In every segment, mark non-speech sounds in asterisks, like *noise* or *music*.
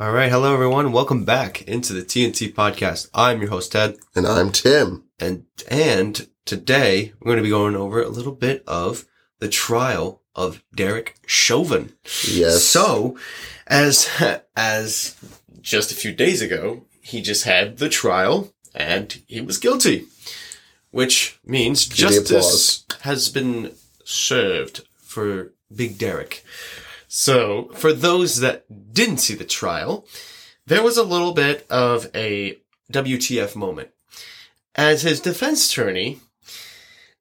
All right. Hello, everyone. Welcome back into the TNT podcast. I'm your host, Ted. And I'm Tim. And, and today we're going to be going over a little bit of the trial of Derek Chauvin. Yes. So as, *laughs* as just a few days ago, he just had the trial and he was guilty, which means Give me justice has been served for Big Derek. So, for those that didn't see the trial, there was a little bit of a WTF moment. As his defense attorney,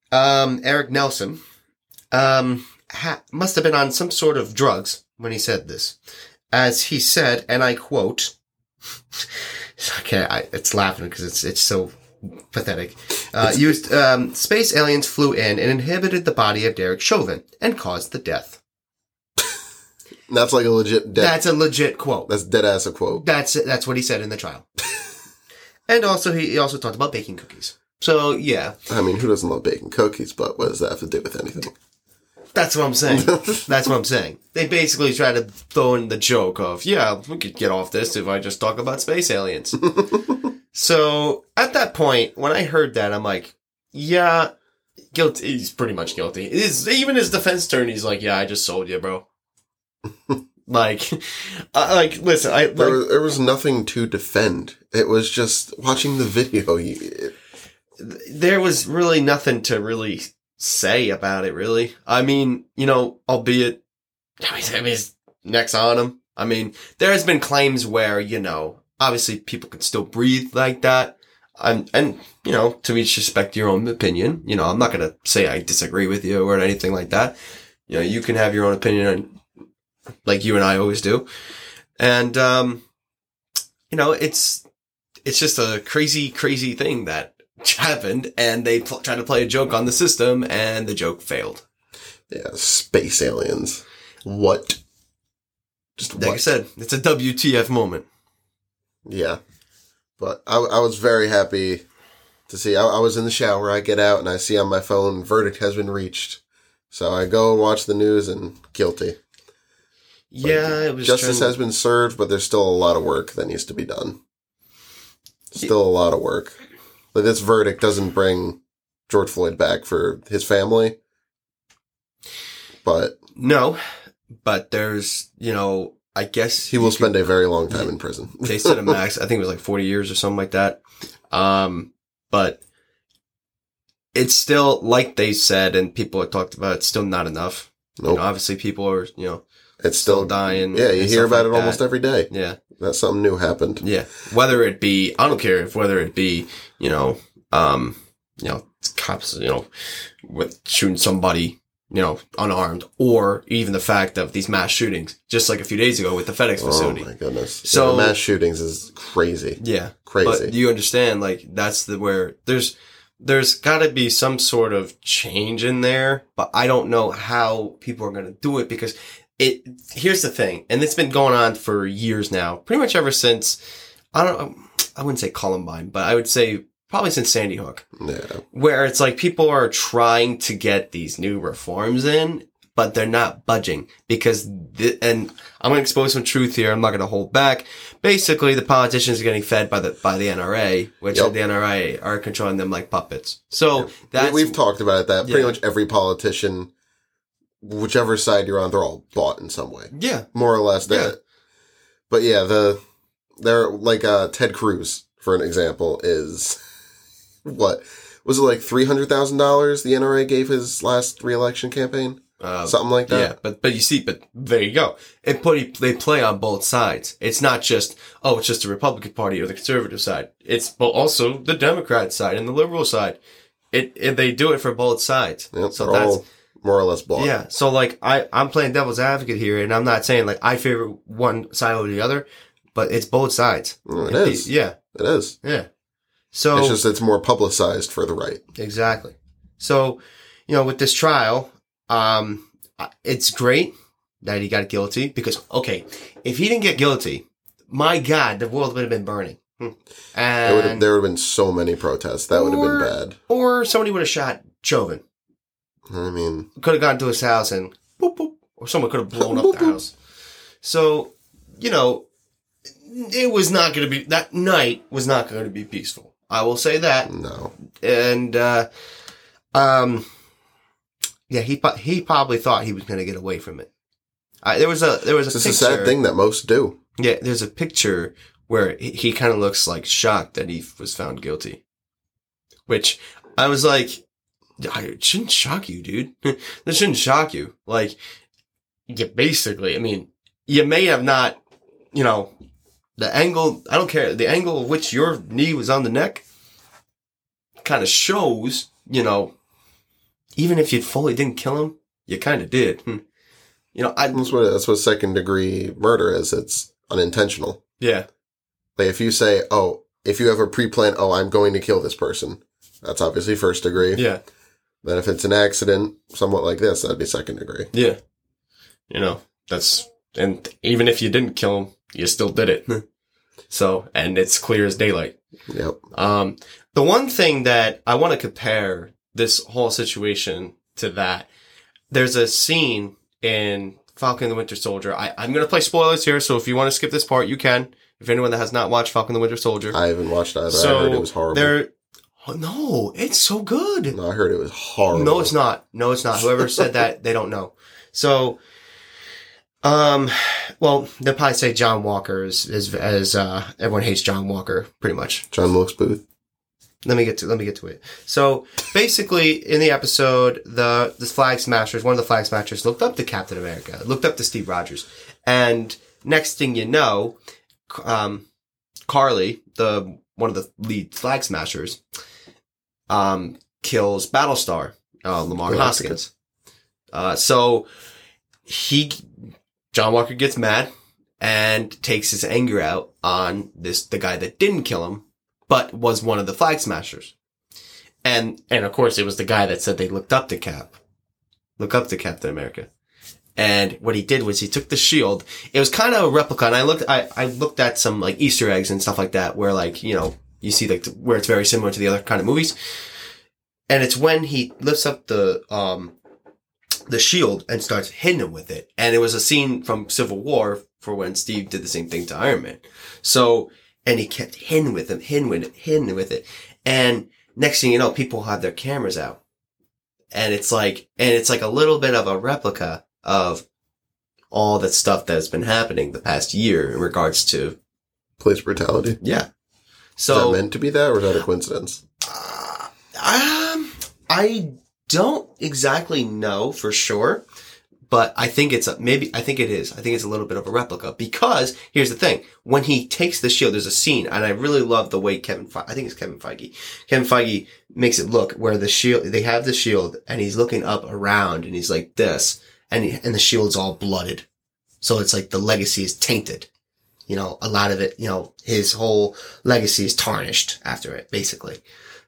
um, Eric Nelson, um, ha- must have been on some sort of drugs when he said this. As he said, and I quote, okay, I, it's laughing because it's, it's so pathetic. Uh, used, um, space aliens flew in and inhibited the body of Derek Chauvin and caused the death. That's like a legit dead. That's, That's a legit quote. dead ass a quote. That's that's what he said in the trial. and also he, he also talked about baking cookies. So yeah, I mean, who doesn't love baking cookies? But what does that have to do with anything? that's what I'm saying. that's what I'm saying. They basically try to throw in the joke of yeah, we could get off this if I just talk about space aliens. so at that point, when I heard that, I'm like, yeah, guilty. He's pretty much guilty. His, even his defense attorney's like, yeah, I just sold you, bro. like, *laughs* I, like listen, I There like- was, there was nothing to defend. It was just watching the video. You, it, there was really nothing to really say about it, really. I mean, you know, albeit, *laughs* I mean, I mean, his neck's on him. I mean, there has been claims where, you know, obviously people can still breathe like that. I'm, and, you know, to each respect your own opinion. You know, I'm not going to say I disagree with you or anything like that. You know, you can have your own opinion on, like you and I always do. And, um, you know, it's, it's just a crazy, crazy thing that *laughs* happened and they pl- tried to play a joke on the system and the joke failed. yeah, space aliens. What? Just Like I what? said, it's a WTF moment. Yeah. But I, I was very happy to see. I, I was in the shower. I get out and I see on my phone, verdict has been reached. So I go and watch the news and guilty. yeah, it was Justice trying- has been served, but there's still a lot of work that needs to be done. Still a lot of work. Like this verdict doesn't bring George Floyd back for his family. But no, but there's you know I guess he will spend a very long time in prison. *laughs* they said a max. I think it was like forty years or something like that. Um, but it's still like they said, and people have talked about. It's still not enough. You Nope. know, obviously, people are you know It's still still, dying. yeah, you and stuff hear about like it almost that. every day. Yeah. That something new happened. Yeah. Whether it be, I don't care if whether it be, you know, um, you know, cops, you know, with shooting somebody, you know, unarmed, or even the fact of these mass shootings, just like a few days ago with the FedEx Oh facility. my goodness. Yeah, So- mass shootings is crazy. Yeah. Crazy. But you understand, like that's the where there's there's got to be some sort of change in there, but I don't know how people are going to do it because it. Here's the thing, and it's been going on for years now, pretty much ever since I don't. I wouldn't say Columbine, but I would say probably since Sandy Hook, yeah. where it's like people are trying to get these new reforms in, but they're not budging because the, and I'm going to expose some truth here. I'm not going to hold back. Basically, the politicians are getting fed by the by the NRA, which Yep. the NRA are controlling them like puppets. So that's we, have talked about that. Yeah. Pretty much every politician, whichever side you're on, they're all bought in some way, yeah, more or less. That, Yeah. but yeah, the they're like uh, Ted Cruz for an example is *laughs* what was it like three hundred thousand dollars the NRA gave his last reelection campaign, uh, something like yeah. that. But but you see, but there you go. It put they play on both sides. It's not just oh, it's just the Republican Party or the conservative side. It's but also the Democrat side and the liberal side. It, it they do it for both sides. Yep, so they're that's all more or less bought. Yeah. So like I, I'm playing devil's advocate here and I'm not saying like I favor one side over the other, but it's both sides. Mm, it is. Yeah. It is. Yeah. So It's just it's more publicized for the right. exactly. So, you know, with this trial, um, I- it's great that he got guilty because okay, if he didn't get guilty, my God, the world would have been burning. Hmm. There would have, And there would have been so many protests. That would have Or- been bad. or somebody would have shot Chauvin. I mean, could have gone to his house and boop boop, or someone could have blown up Boop, the boop. house. So, you know, it was not going to be that night was not going to be peaceful. I will say that. No. And uh, um, yeah, he po- he probably thought he was going to get away from it. Uh, there was a there was a It's just picture, a sad thing that most do. Yeah, there's a picture where he, he kind of looks like shocked that he was found guilty, which I was like, I, it shouldn't shock you, dude. *laughs* this shouldn't shock you. Like, you basically, I mean, you may have not, you know, the angle. I don't care the angle of which your knee was on the neck. Kind of shows, you know, even if you fully didn't kill him, you kind of did. Hmm. you know, I That's what that's what second degree murder is. It's unintentional. yeah. Like if you say, "Oh, if you have a pre-plan, oh, I'm going to kill this person," that's obviously first degree. Yeah. Then if it's an accident, somewhat like this, that'd be second degree. Yeah. You know, that's, and even if you didn't kill him, you still did *laughs* it. so, and it's clear as daylight. Yep. Um, the one thing that I want to compare this whole situation to that, there's a scene in Falcon and the Winter Soldier. I, I'm going to play spoilers here. So if you want to skip this part, you can. If anyone that has not watched Falcon and the Winter Soldier, I haven't watched either. so I heard it was horrible. There, oh, no, it's so good. no, I heard it was horrible. No, it's not. No, it's not. Whoever said that, they don't know. So, um, well, they'll probably say John Walker is, is as uh, everyone hates John Walker pretty much. John Wilkes Booth. Let me get to let me get to it. So basically, in the episode, the the flag smashers, one of the flag smashers, looked up to Captain America, looked up to Steve Rogers, and next thing you know, um, Carly, the one of the lead flag smashers, um, kills Battlestar uh, Lamar Galactica. Hoskins. Uh, so he, John Walker gets mad and takes his anger out on this the guy that didn't kill him, but was one of the flag smashers. And and of course, it was the guy that said they looked up to Cap, look up to Captain America. And what he did was he took the shield. It was kind of a replica, and I looked, I, I looked at some like Easter eggs and stuff like that, where like you know you see like where it's very similar to the other kind of movies. And it's when he lifts up the um the shield and starts hitting him with it, and it was a scene from Civil War for when Steve did the same thing to Iron Man. So and he kept hitting with him, hitting with it, hitting with it, and next thing you know, people have their cameras out and it's like and it's like a little bit of a replica of all that stuff that's been happening the past year in regards to Police brutality. yeah is so that meant to be that, or is that a coincidence? uh, um i don't exactly know for sure but i think it's a, maybe i think it is i think it's a little bit of a replica because here's the thing when he takes the shield there's a scene and i really love the way kevin Fe- i think it's kevin feige kevin feige makes it look where the shield they have the shield and he's looking up around and he's like this and he, and the shield's all blooded so it's like the legacy is tainted you know a lot of it you know his whole legacy is tarnished after it basically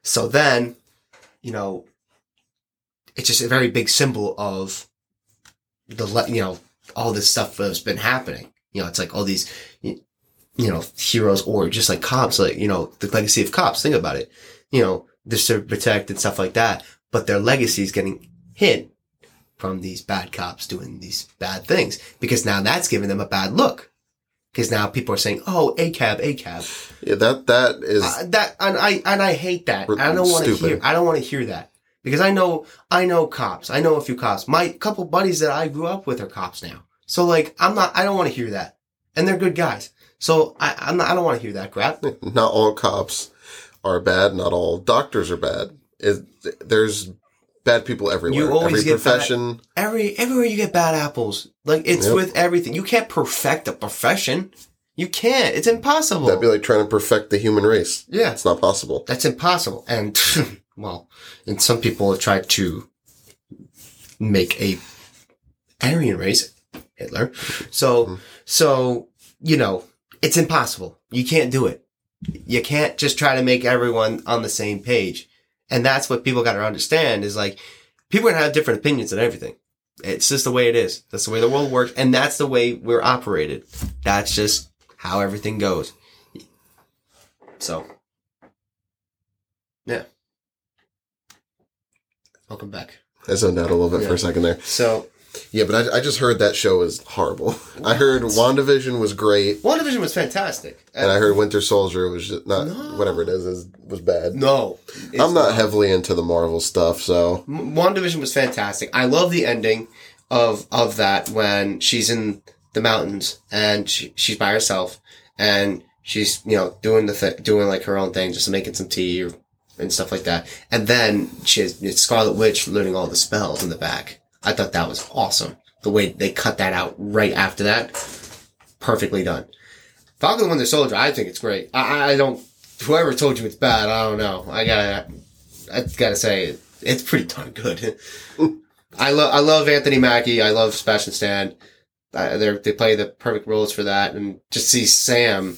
so then you know it's just a very big symbol of the le- you know all this stuff that's been happening you know it's like all these you you know heroes or just like cops like you know the legacy of cops think about it you know they're to protect and stuff like that but their legacy is getting hit from these bad cops doing these bad things because now that's giving them a bad look because now people are saying oh a cab a cab Yeah, that that is uh, that and I and I hate that. R- I don't want to stupid. hear. I don't want to hear that because I know I know cops. I know a few cops. My couple buddies that I grew up with are cops now. So like I'm not. I don't want to hear that. And they're good guys. So I I'm not, I don't want to hear that crap. not all cops are bad. Not all doctors are bad. It, there's bad people everywhere. You always Every get profession. Every everywhere you get bad apples. Like it's Yep. with everything. You can't perfect a profession. You can't. It's impossible. That'd be like trying to perfect the human race. yeah. That's not possible. That's impossible. And *laughs* well, and some people have tried to make a Aryan race Hitler. So so you know, it's impossible. You can't do it. You can't just try to make everyone on the same page. And that's what people got to understand is like people are going to have different opinions on everything. It's just the way it is. That's the way the world works and that's the way we're operated. That's just how everything goes. So yeah. Welcome back. I zoned out a little bit for Yeah. a second there. So Yeah, but I, I just heard that show is horrible. *laughs* I heard WandaVision was great, WandaVision was fantastic. and I heard Winter Soldier was just not No. whatever it is, is was bad. no, it's I'm not heavily into the Marvel stuff, so M- WandaVision was fantastic. I love the ending of of that when she's in the mountains and she, she's by herself and she's you know doing the th- doing like her own thing, just making some tea or, and stuff like that. And then she has it's Scarlet Witch learning all the spells in the back. I thought that was awesome. The way they cut that out right after that, perfectly done. Falcon and the Winter Soldier, I think it's great. I, I- I don't. Whoever told you it's bad, I don't know. I gotta, I gotta say, it's pretty darn good. *laughs* I love, I love Anthony Mackie. I love Sebastian Stan. Uh, they they play the perfect roles for that, and just see Sam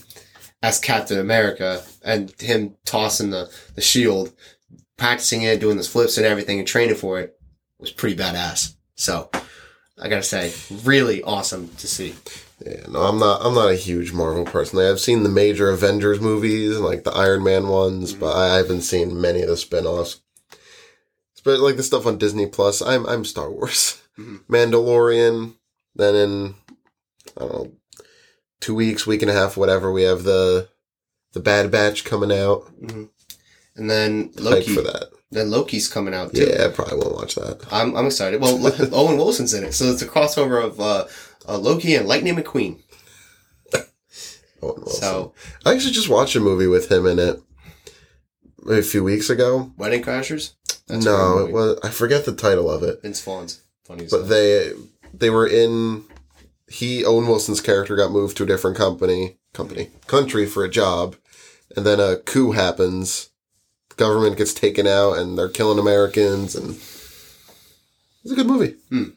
as Captain America and him tossing the the shield, practicing it, doing his flips and everything, and training for it was pretty badass. So. I gotta say, really awesome to see. yeah, no, I'm not. I'm not a huge Marvel person. I've seen the major Avengers movies, and like the Iron Man ones, but I I haven't seen many of the spin-offs. But like the stuff on Disney Plus, I'm I'm Star Wars, Mhm. Mandalorian. Then in I don't know, two weeks, week and a half, whatever, we have the the Bad Batch coming out. Mm-hmm. And then Hype Loki, for that. then Loki's coming out too. Yeah, I probably won't watch that. I'm, I'm excited. Well, look, *laughs* Owen Wilson's in it, so it's a crossover of uh, uh, Loki and Lightning McQueen. Owen Wilson. So, I actually just watched a movie with him in it a few weeks ago. Wedding Crashers. no, one it movie. was I forget the title of it, Vince Vaughn's funny. as but hell. they they were in. He Owen Wilson's character got moved to a different company, company, country for a job, and then a coup happens. The government gets taken out, and they're killing Americans. And it's a good movie. Hmm.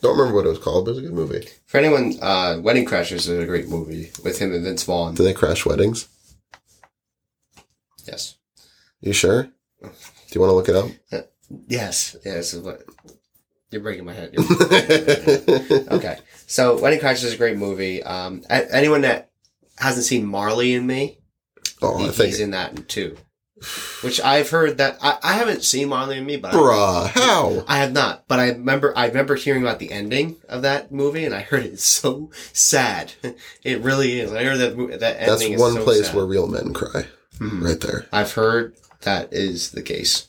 Don't remember what it was called, but it's a good movie. for anyone, uh, Wedding Crashers is a great movie with him and Vince Vaughn. Do they crash weddings? Yes, You sure? Do you want to look it up? *laughs* yes, yes. is what- You're breaking my head. You're *laughs* okay. So, Wedding Crashers is a great movie. Um, a- anyone that hasn't seen Marley and Me, oh, I he- think he's in that too. Which I've heard that I, I haven't seen Marley and Me, but I- Bruh, how? I have not, but I remember I remember hearing about the ending of that movie, and I heard it's so sad. *laughs* It really is. I heard that mo- that That's ending one is so place sad. where real men cry. Mhm. Right there. I've heard that is the case.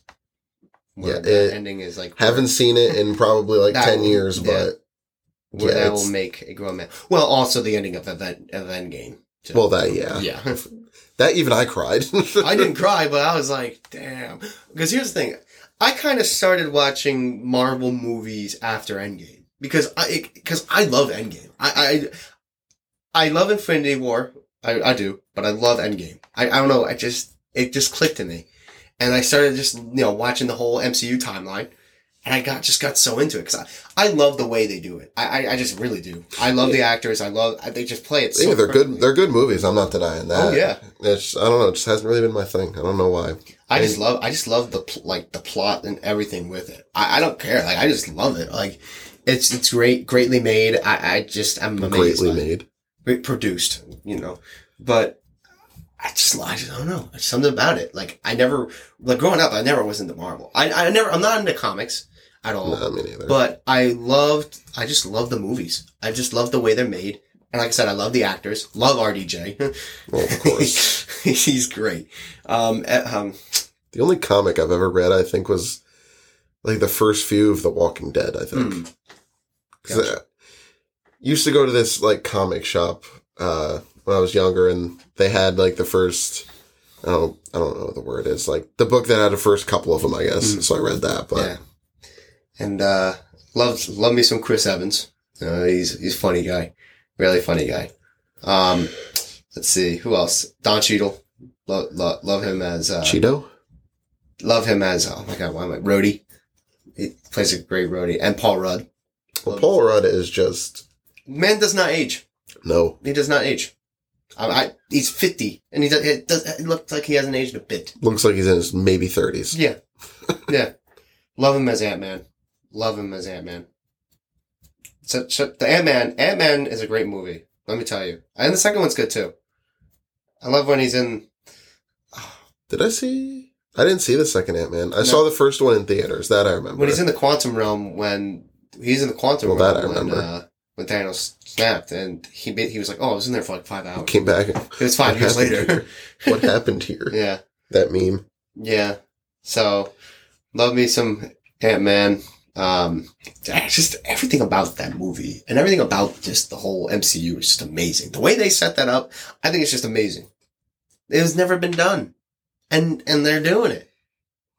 Where Yeah, the it- ending is like Haven't seen it in probably like That 10 one, years, yeah. but where, where yeah, that will it's- make a grown man. Well, also the ending of event of Endgame. too. well, that, yeah. yeah, *laughs* That even I cried. *laughs* I didn't cry, but I was like, damn. Because here's the thing, I kind of started watching Marvel movies after Endgame because I because I love Endgame. I I, I love Infinity War. I, I do, but I love Endgame. I, I don't know. I just it just clicked in me, and I started just you know watching the whole MCU timeline. And I got just got so into it because I, I love the way they do it. I, I, I just really do. I love the actors. I love they just play it. So yeah, they're perfectly. good. They're good movies. I'm not denying that. Oh, yeah. It's, I don't know. It just hasn't really been my thing. I don't know why. I just love, I just love the pl- like the plot and everything with it. I, I don't care, like I just love it. Like it's it's great, greatly made. I, I just I'm amazed Greatly by it. made. Great produced, you know. But I just I just don't know. There's something about it. Like I never like growing up, I never was into Marvel. I I never I'm not into comics at all. No, me neither. But I loved, I just love the movies. I just love the way they're made. And like I said, I love the actors. Love RDJ. Well, *laughs* of course. he's great. Um, eh, um, the only comic I've ever read, I think, was like the first few of The Walking Dead, I think. mm, 'Cause I used to go to this like comic shop uh, when I was younger, and they had like the first. I don't, I don't know what the word is. Like the book that had the first couple of them, I guess. So I read that, but Mm. Yeah. and uh, love love me some Chris Evans. Uh, he's he's a funny guy, really funny guy. Um, let's see who else. Don Cheadle, love love, love him as uh, Cheeto. love him as oh my god, why am I Rhodey? He plays a great Rhodey, and Paul Rudd. Well, Paul Rudd is just Man does not age. no. He does not age. I, I he's fifty, and he does, it does it looks like he hasn't aged a bit. Looks like he's in his maybe thirties. Yeah, yeah. Love him as Ant Man. Love him as Ant Man. So, so the Ant Man, Ant Man is a great movie. Let me tell you, and the second one's good too. I love when he's in. Did I see? I didn't see the second Ant Man. I saw the first one in theaters. That I remember. when he's in the quantum realm when he's in the quantum Well, that I realm remember. when, uh, when Thanos snapped, and he ba- he was like, "Oh, I was in there for like five hours." Came back. and, It was five *laughs* What years happened later. What happened here? *laughs* yeah, That meme. yeah. So, love me some Ant Man. Um, just everything about that movie and everything about just the whole MCU is just amazing. The way they set that up, I think it's just amazing. It has never been done, and and they're doing it.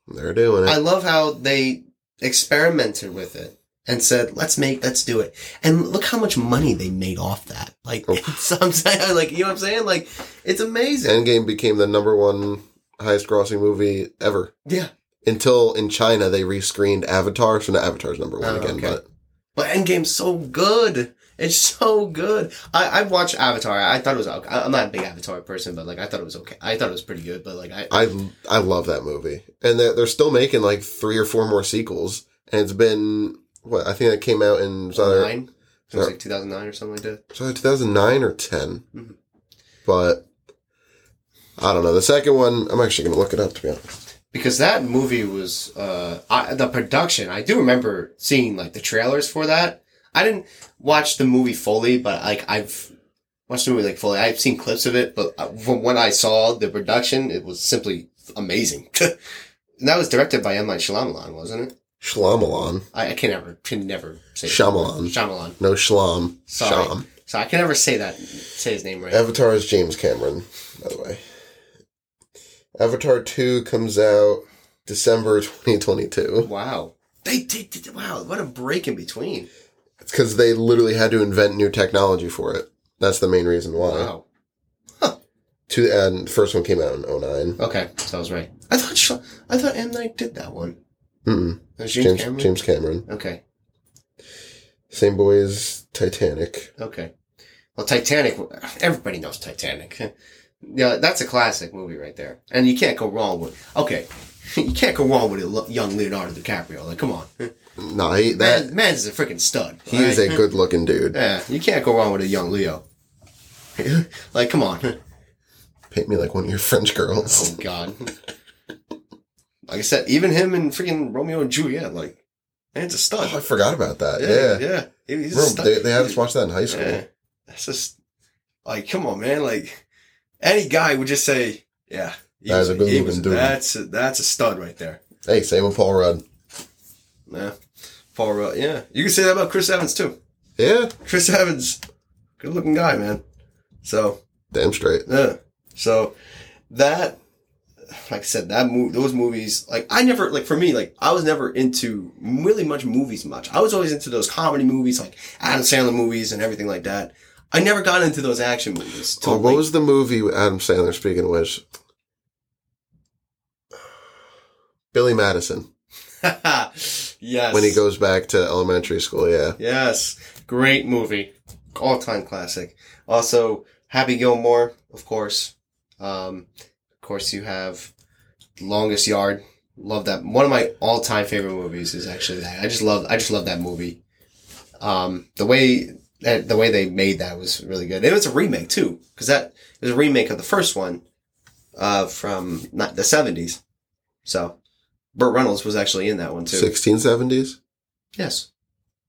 They're doing it. I love how they experimented with it and said, "Let's make, let's do it." And look how much money they made off that. Like, *laughs* Oh. it's, I'm saying, like, you know what I'm saying? Like, it's amazing. Endgame became the number one highest grossing movie ever. yeah, Until in China they rescreened Avatar, so now Avatar's number Oh, one again. okay. But but Endgame's so good. It's so good. I I watched Avatar. I thought it was. Okay. I- I'm not a big Avatar person, but like, I thought it was okay. I thought it was pretty good. But like, I I I love that movie, and they're, they're still making like three or four more sequels, and it's been what I think that came out in was either, nine. It was like 2009 or something like that. was either 2009 or 10, Mhm. but I don't know. The second one, I'm actually gonna look it up to be honest. because that movie was uh I, the production i do remember seeing like the trailers for that i didn't watch the movie fully but like i've watched the movie like fully i've seen clips of it but uh, from when i saw the production it was simply amazing *laughs* and that was directed by M. Night Shyamalan, wasn't it? Shlamalan, I, I can never, can never say Shyamalan. Shyamalan. no Shlam, Sorry. Sham. So I can never say that, say his name right. Avatar is James Cameron, by the way. Avatar 2 comes out December *laughs* 2022. wow. They did, did- wow, what a break in between. It's because they literally had to invent new technology for it. That's the main reason why. Wow. Two, and the first one came out in 09. Okay, so I was right. I thought, Sh- I thought M. Night did that one. Mm-mm. It was James, James, Cameron? James Cameron. Okay, Same boy as Titanic. okay. Well, Titanic, everybody knows Titanic. *laughs* yeah, that's a classic movie right there. And you can't go wrong with, okay, *laughs* you can't go wrong with a lo- young Leonardo DiCaprio. Like, come on. *laughs* Nah, he, that, Man, man's a freaking stud. he is a alright? good looking dude. Yeah, you can't go wrong with a young Leo. *laughs* like, come on. *laughs* Paint me like one of your French girls. Oh, God. Like I said, even him and freaking Romeo and Juliet, like, man's a Oh, *laughs* I stud. forgot about that. Yeah. Yeah. He- He's a Remember, stud. they, they had us watch that in high school. Yeah. That's just like, come on, man. Like, any guy would just say, yeah, he was- That's a good he looking was- dude. That's a, that's a stud right there. Hey, same with Paul Rudd. Yeah, Paul Rudd. Yeah, you can say that about Chris Evans too. Yeah, Chris Evans, good looking guy, man. So damn straight. yeah, so that. Like I said, that move, those movies, like I never, like for me, like I was never into really much movies much. I was always into those comedy movies, like Adam Sandler movies and everything like that. I never got into those action movies. till, Oh, what like, was the movie with Adam Sandler speaking of which? Billy Madison. *laughs* yes. When he goes back to elementary school, yeah. Yes. Great movie. All time classic. Also, Happy Gilmore, of course. Um, of course, you have Longest Yard. Love that. One of my all time favorite movies is actually that. I just love. I just love that movie. Um, the way that the way they made that was really good. It was a remake too, because that it was a remake of the first one, uh, from not the seventies. So, Burt Reynolds was actually in that one too. Sixteen seventies? Yes.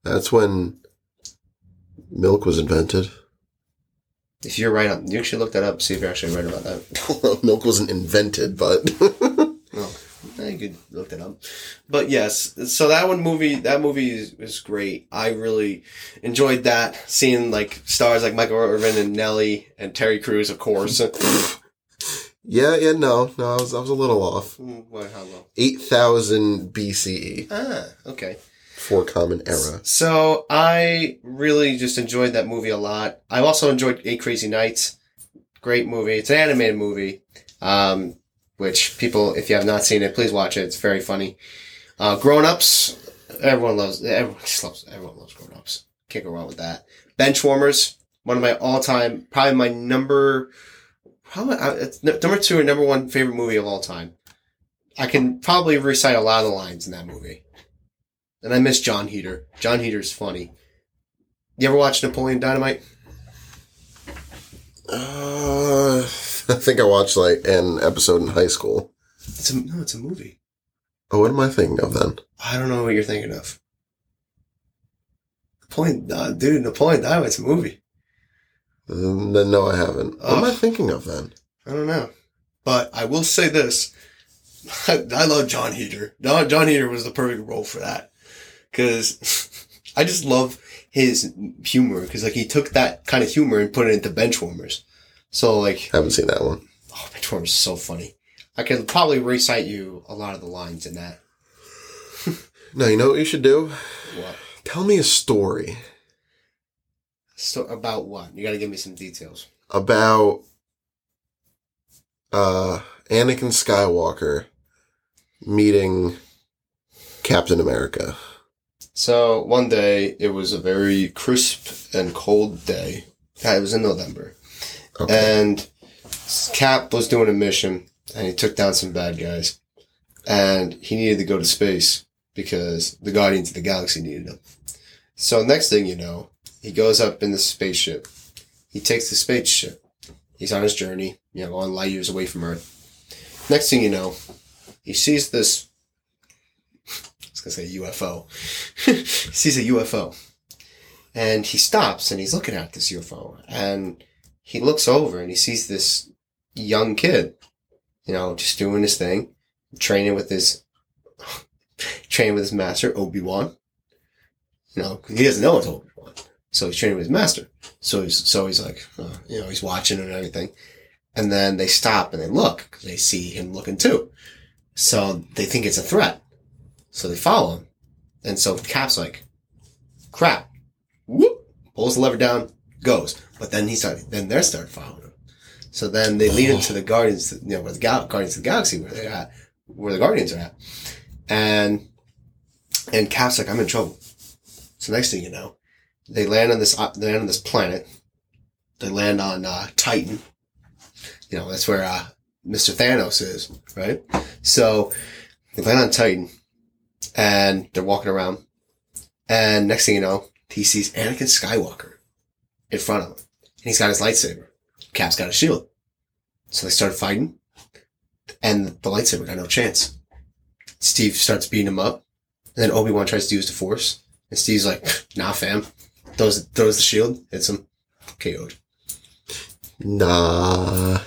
That's when milk was invented. If you're right on, you should look that up. See if you're actually right about that. *laughs* milk wasn't invented, but No, I Eh, could look that up. But yes, so that one movie, that movie is, is great. I really enjoyed that. Seeing like stars like Michael Irvin and Nelly and Terry Crews, of course. *laughs* *laughs* Yeah, yeah, no. No, I was I was a little off. what? How long? Eight thousand BCE Ah, okay. for common era. So I really just enjoyed that movie a lot. I also enjoyed Eight Crazy Nights. Great movie. It's an animated movie, um, which people, if you have not seen it, please watch it. It's very funny. Uh, grown ups, everyone loves. Everyone *laughs* just loves. Everyone loves grown ups. Can't go wrong with that. Benchwarmers, one of my all time, probably my number, probably uh, it's n- number two or number one favorite movie of all time. I can probably recite a lot of the lines in that movie. And I miss John Heater. John Heater's funny. You ever watch Napoleon Dynamite? Uh, *laughs* I think I watched like an episode in high school. It's a, no, it's a movie. Oh, what am I thinking of then? I don't know what you're thinking of. Point, uh, dude, Napoleon Dynamite's a movie. Mm, Then no, I haven't. What am I Ugh. thinking of then? I don't know, but I will say this: *laughs* I, I love John Heater. John, John Heater was the perfect role for that because *laughs* I just love his humor because like he took that kind of humor and put it into Benchwarmers. So like, Haven't seen that one. oh, Benchwarmers is so funny. I can probably recite you a lot of the lines in that. No, you know what you should do? What? Tell me a story So about what? You got to give me some details. about uh Anakin Skywalker meeting Captain America. So one day it was a very crisp and cold day. Uh, It was in November, Okay. and Cap was doing a mission, and he took down some bad guys, and he needed to go to space because the Guardians of the Galaxy needed him. So next thing you know, he goes up in the spaceship. He takes the spaceship. He's on his journey, you know, on light years away from Earth. Next thing you know, he sees this. I was gonna say UFO. he *laughs* sees a UFO, and he stops and he's looking at this UFO, and he looks over and he sees this young kid, you know, just doing his thing, training with his *laughs* training with his master Obi Wan. You know, he doesn't know it's Obi Wan, so he's training with his master. So he's so he's like, uh, you know, he's watching and everything, and then they stop and they look 'cause they see him looking too, so they think it's a threat, so they follow him, and so Cap's like, crap, whoop, pulls the lever down, goes. But then he started, then they started following him. So then they lead him to the Guardians, you know, where the Gal- Guardians of the Galaxy, where they're at, where the Guardians are at. And, and Cap's like, I'm in trouble. So next thing you know, they land on this, uh, they land on this planet. They land on, uh, Titan. You know, that's where, uh, Mr. Thanos is, right? So they land on Titan and they're walking around. And next thing you know, he sees Anakin Skywalker in front of him. And he's got his lightsaber. Cap's got a shield. So they started fighting. And the lightsaber got no chance. Steve starts beating him up. And then Obi-Wan tries to use the force. And Steve's like, nah, fam. Throws, throws the shield, hits him. KO'd. Nah.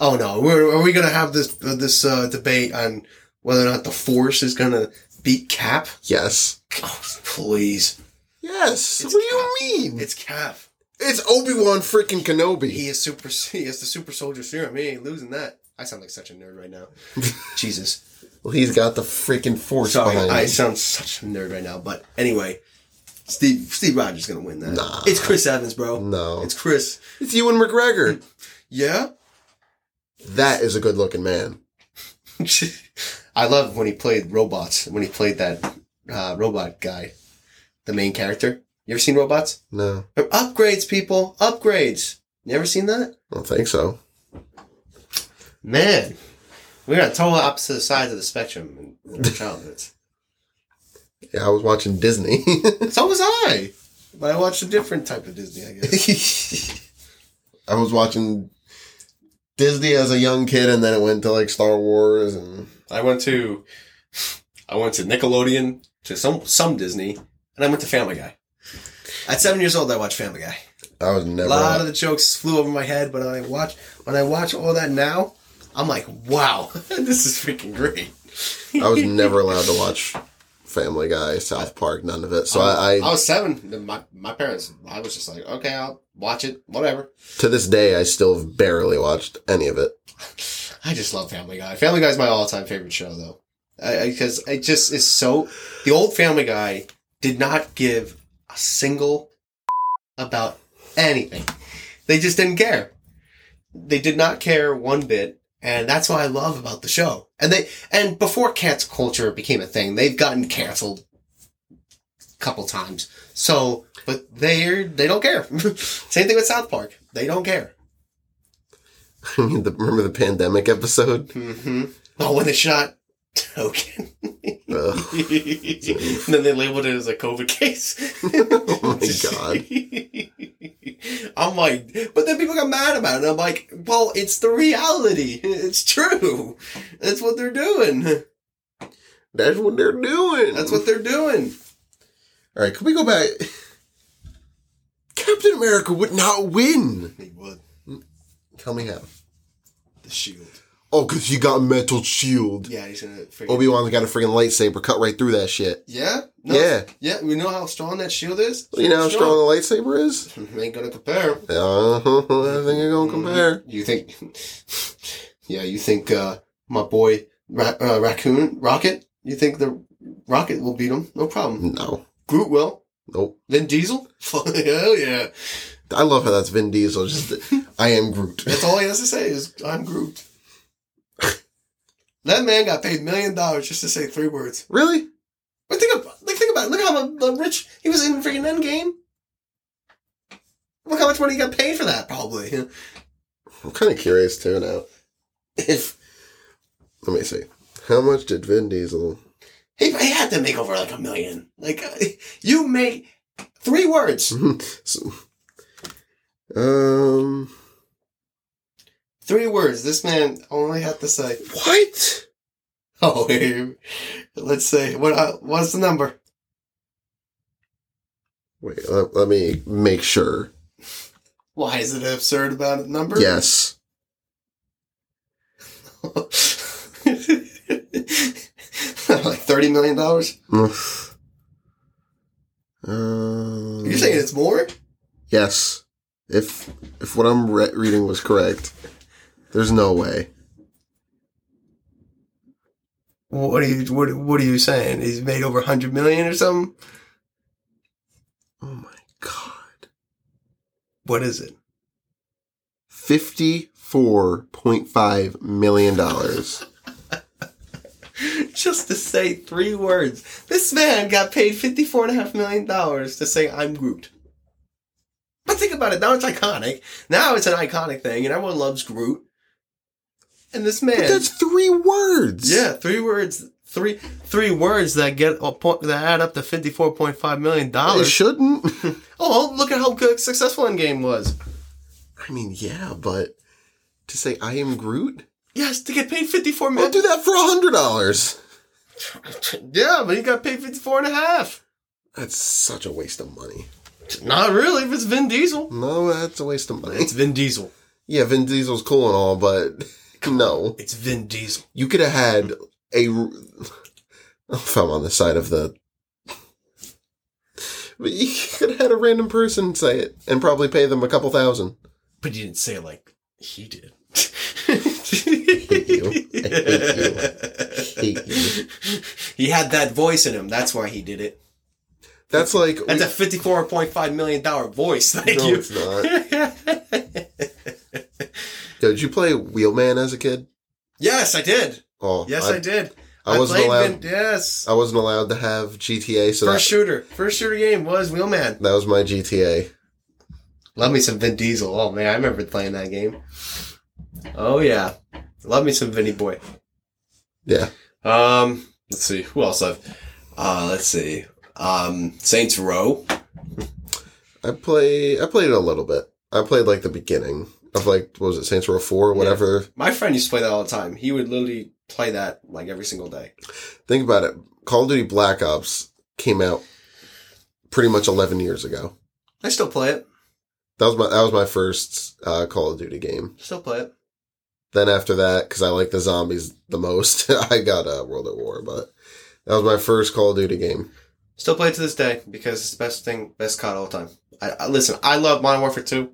Oh no, we're, are we gonna have this, this, uh, debate on whether or not the force is gonna beat Cap? Yes. Oh, please. Yes. It's what do you Cap. mean? It's Cap. It's Obi Wan freaking Kenobi. He is super. *laughs* He has the super soldier serum. He ain't losing that. I sound like such a nerd right *laughs* now. Jesus, well, he's got the freaking force sorry, behind I him. sound such a nerd right now. But anyway, Steve Steve Rogers gonna win that. Nah. It's Chris Evans, bro. No, It's it's, Chris. Ewan McGregor. Yeah, *laughs* That is a good looking man. I love when he played robots. When he played that uh, robot guy, the main character. You ever seen robots? No, They're upgrades, people. Upgrades. You ever seen that? I don't think so. Man, we're on total opposite sides of the spectrum in, *laughs* in our childhoods. Yeah, I was watching Disney. *laughs* So was I. But I watched a different type of Disney, I guess. *laughs* I was watching Disney as a young kid, and then it went to like Star Wars, and I went to I went to Nickelodeon, to some some Disney, and I went to Family Guy. At seven years old I watched Family Guy. I was never. A lot of the jokes flew over my head, but I watch when I watch all that now, I'm like, wow, *laughs* this is freaking great. *laughs* I was never allowed to watch Family Guy, South Park, none of it. So I, I was seven. then My my parents, I was just like, okay, I'll watch it, whatever. to this day, I still have barely watched any of it. *laughs* I just love Family Guy. Family Guy is my all-time favorite show, though, because it just is so. The old Family Guy did not give a single about anything. They just didn't care. They did not care one bit, and that's what I love about the show. And they and before cancel culture became a thing, they've gotten canceled a couple times. So, but they're they don't care. *laughs* Same thing with South Park. They don't care. I mean, the, remember the *laughs* pandemic episode? Mm-hmm. Oh, when they *laughs* shot Token. Ugh. and then they labeled it as a COVID case. *laughs* Oh my god. *laughs* god. I'm like, but then people got mad about it. I'm like, well, it's the reality. It's true. That's what they're doing. That's what they're doing. That's what they're doing. All right, can we go back? Captain America would not win. He would. Tell me how. The shield. Oh, because he got a metal shield. Yeah, he's gonna freaking. Obi Wan's got a freaking lightsaber cut right through that shit. yeah. Yeah. Yeah. We know how strong that shield is. You know how strong the lightsaber is? We *laughs* ain't gonna compare. Uh, I think you're gonna compare. Mm-hmm. You think? *laughs* yeah, you think uh, my boy Ra- uh, Raccoon Rocket? You think the Rocket will beat him? No problem. No, Groot will. nope. Vin Diesel? *laughs* Hell yeah! I love how that's Vin Diesel. Just I am Groot. That's all he has to say is I'm Groot. *laughs* that man got paid million dollars just to say three words. really? But think about like think about it. look how mu- the rich he was in freaking Endgame. Look how much money he got paid for that probably. *laughs* I'm kind of curious too now. If Let me see. How much did Vin Diesel? he, he had to make over like a million. Like *laughs* you make three words, So- um. three words. This man only had to say. *laughs* What? Oh, *laughs* let's say what uh, what's the number? Wait. Let, let me make sure. Why is it absurd about a number? *laughs* Yes. like thirty million dollars? Oof. Um, You're saying it's more? yes? If if what I'm re- reading was correct, there's no way. What are you what What are you saying? He's made over hundred million or something. Oh my god, What is it? fifty four point five million dollars. Just to say three words. This man got paid fifty four and a half million dollars to say "I'm Groot." But think about it. Now it's iconic. Now it's an iconic thing, and everyone loves Groot. And this man. But that's three words. Yeah, three words, three three words that get a point that add up to fifty four point five million it dollars. shouldn't. Oh, look at how good successful Endgame was. I mean, yeah, but to say I am Groot, Yes, to get paid fifty four *laughs* I'll million. do that for a hundred dollars. yeah, but he got paid fifty four and a half. That's such a waste of money. Not really. If it's Vin Diesel, No, that's a waste of money. it's Vin Diesel. Yeah, Vin Diesel's cool and all, but *laughs* no. It's Vin Diesel. you could have had a. If I'm on the side of the. *laughs* But you could have had a random person say it and probably pay them a couple *laughs* thousand. But you didn't say it like he did. you. I hate you. He *laughs* had that voice in him. That's why he did it. That's like. That's a fifty-four point five million dollar voice. *laughs* Thank no, you. it's not. Yo, did you play Wheelman as a kid? *laughs* yes, I did. Oh, Yes, I, I, did. I wasn't played allowed- Vin- yes. I wasn't allowed to have GTA, so that, First shooter. First shooter game was Wheelman. that was my GTA. Love me some Vin Diesel. Oh man, I remember playing that game. Oh yeah. Love me some Vinny Boy. Yeah. Um let's see. Who else have uh let's see. Um Saints Row. I play. I played it a little bit. I played like the beginning of like what was it Saints Row Four, or whatever. My friend used to play that all the time. He would literally play that like every single day. Think about it. Call of Duty Black Ops came out pretty much 11 years ago. I still play it. That was my that was my first uh, Call of Duty game. Still play it. Then after that, because I like the zombies the most, *laughs* I got uh, World at War. But that was my first Call of Duty game. Still play it to this day because it's the best thing, best COD all the time. I, I listen. I love Modern Warfare two,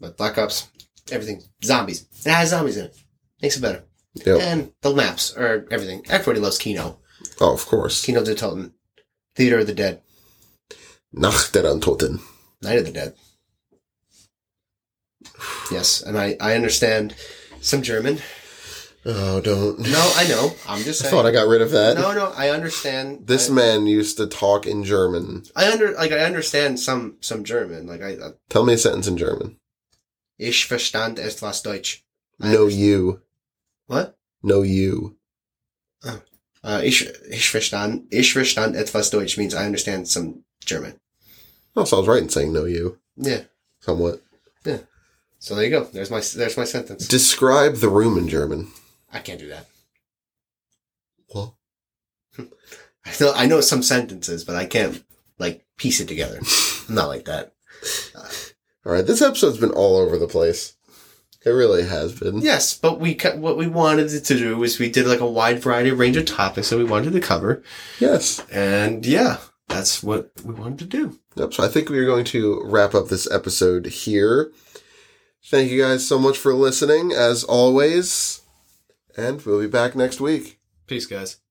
but Black Ops, everything zombies. It has zombies in it. Makes it better. Yep. And the maps or everything. Everybody loves Kino. Oh, of course, Kino de Toten, Theater of the Dead, Nacht der Untoten. Night of the Dead. *sighs* Yes, and I I understand some German. Oh, don't. No, I know. I'm just *laughs* I saying. thought I got rid of that. no, no, I understand. This I, man used to talk in German. I under like I understand some some German. Like I, I Tell me a sentence in German. ich verstand etwas Deutsch. I No, understand- you. What? No, you. Uh, ich, ich verstand, ich verstand etwas Deutsch means I understand some German. Oh, so I was right in saying no, you. Yeah. Somewhat. So there you go. There's my there's my sentence. Describe the room in German. I can't do that. Well, *laughs* I know I know some sentences, but I can't like piece it together. I'm not like that. All right, this episode's been all over the place. It really has *laughs* been. Yes, but we cut, what we wanted to do was we did like a wide variety of range of topics that we wanted to cover, Yes. and yeah, that's what we wanted to do. Yep. So I think we are going to wrap up this episode here. Thank you guys so much for listening, as always, and we'll be back next week. Peace, guys.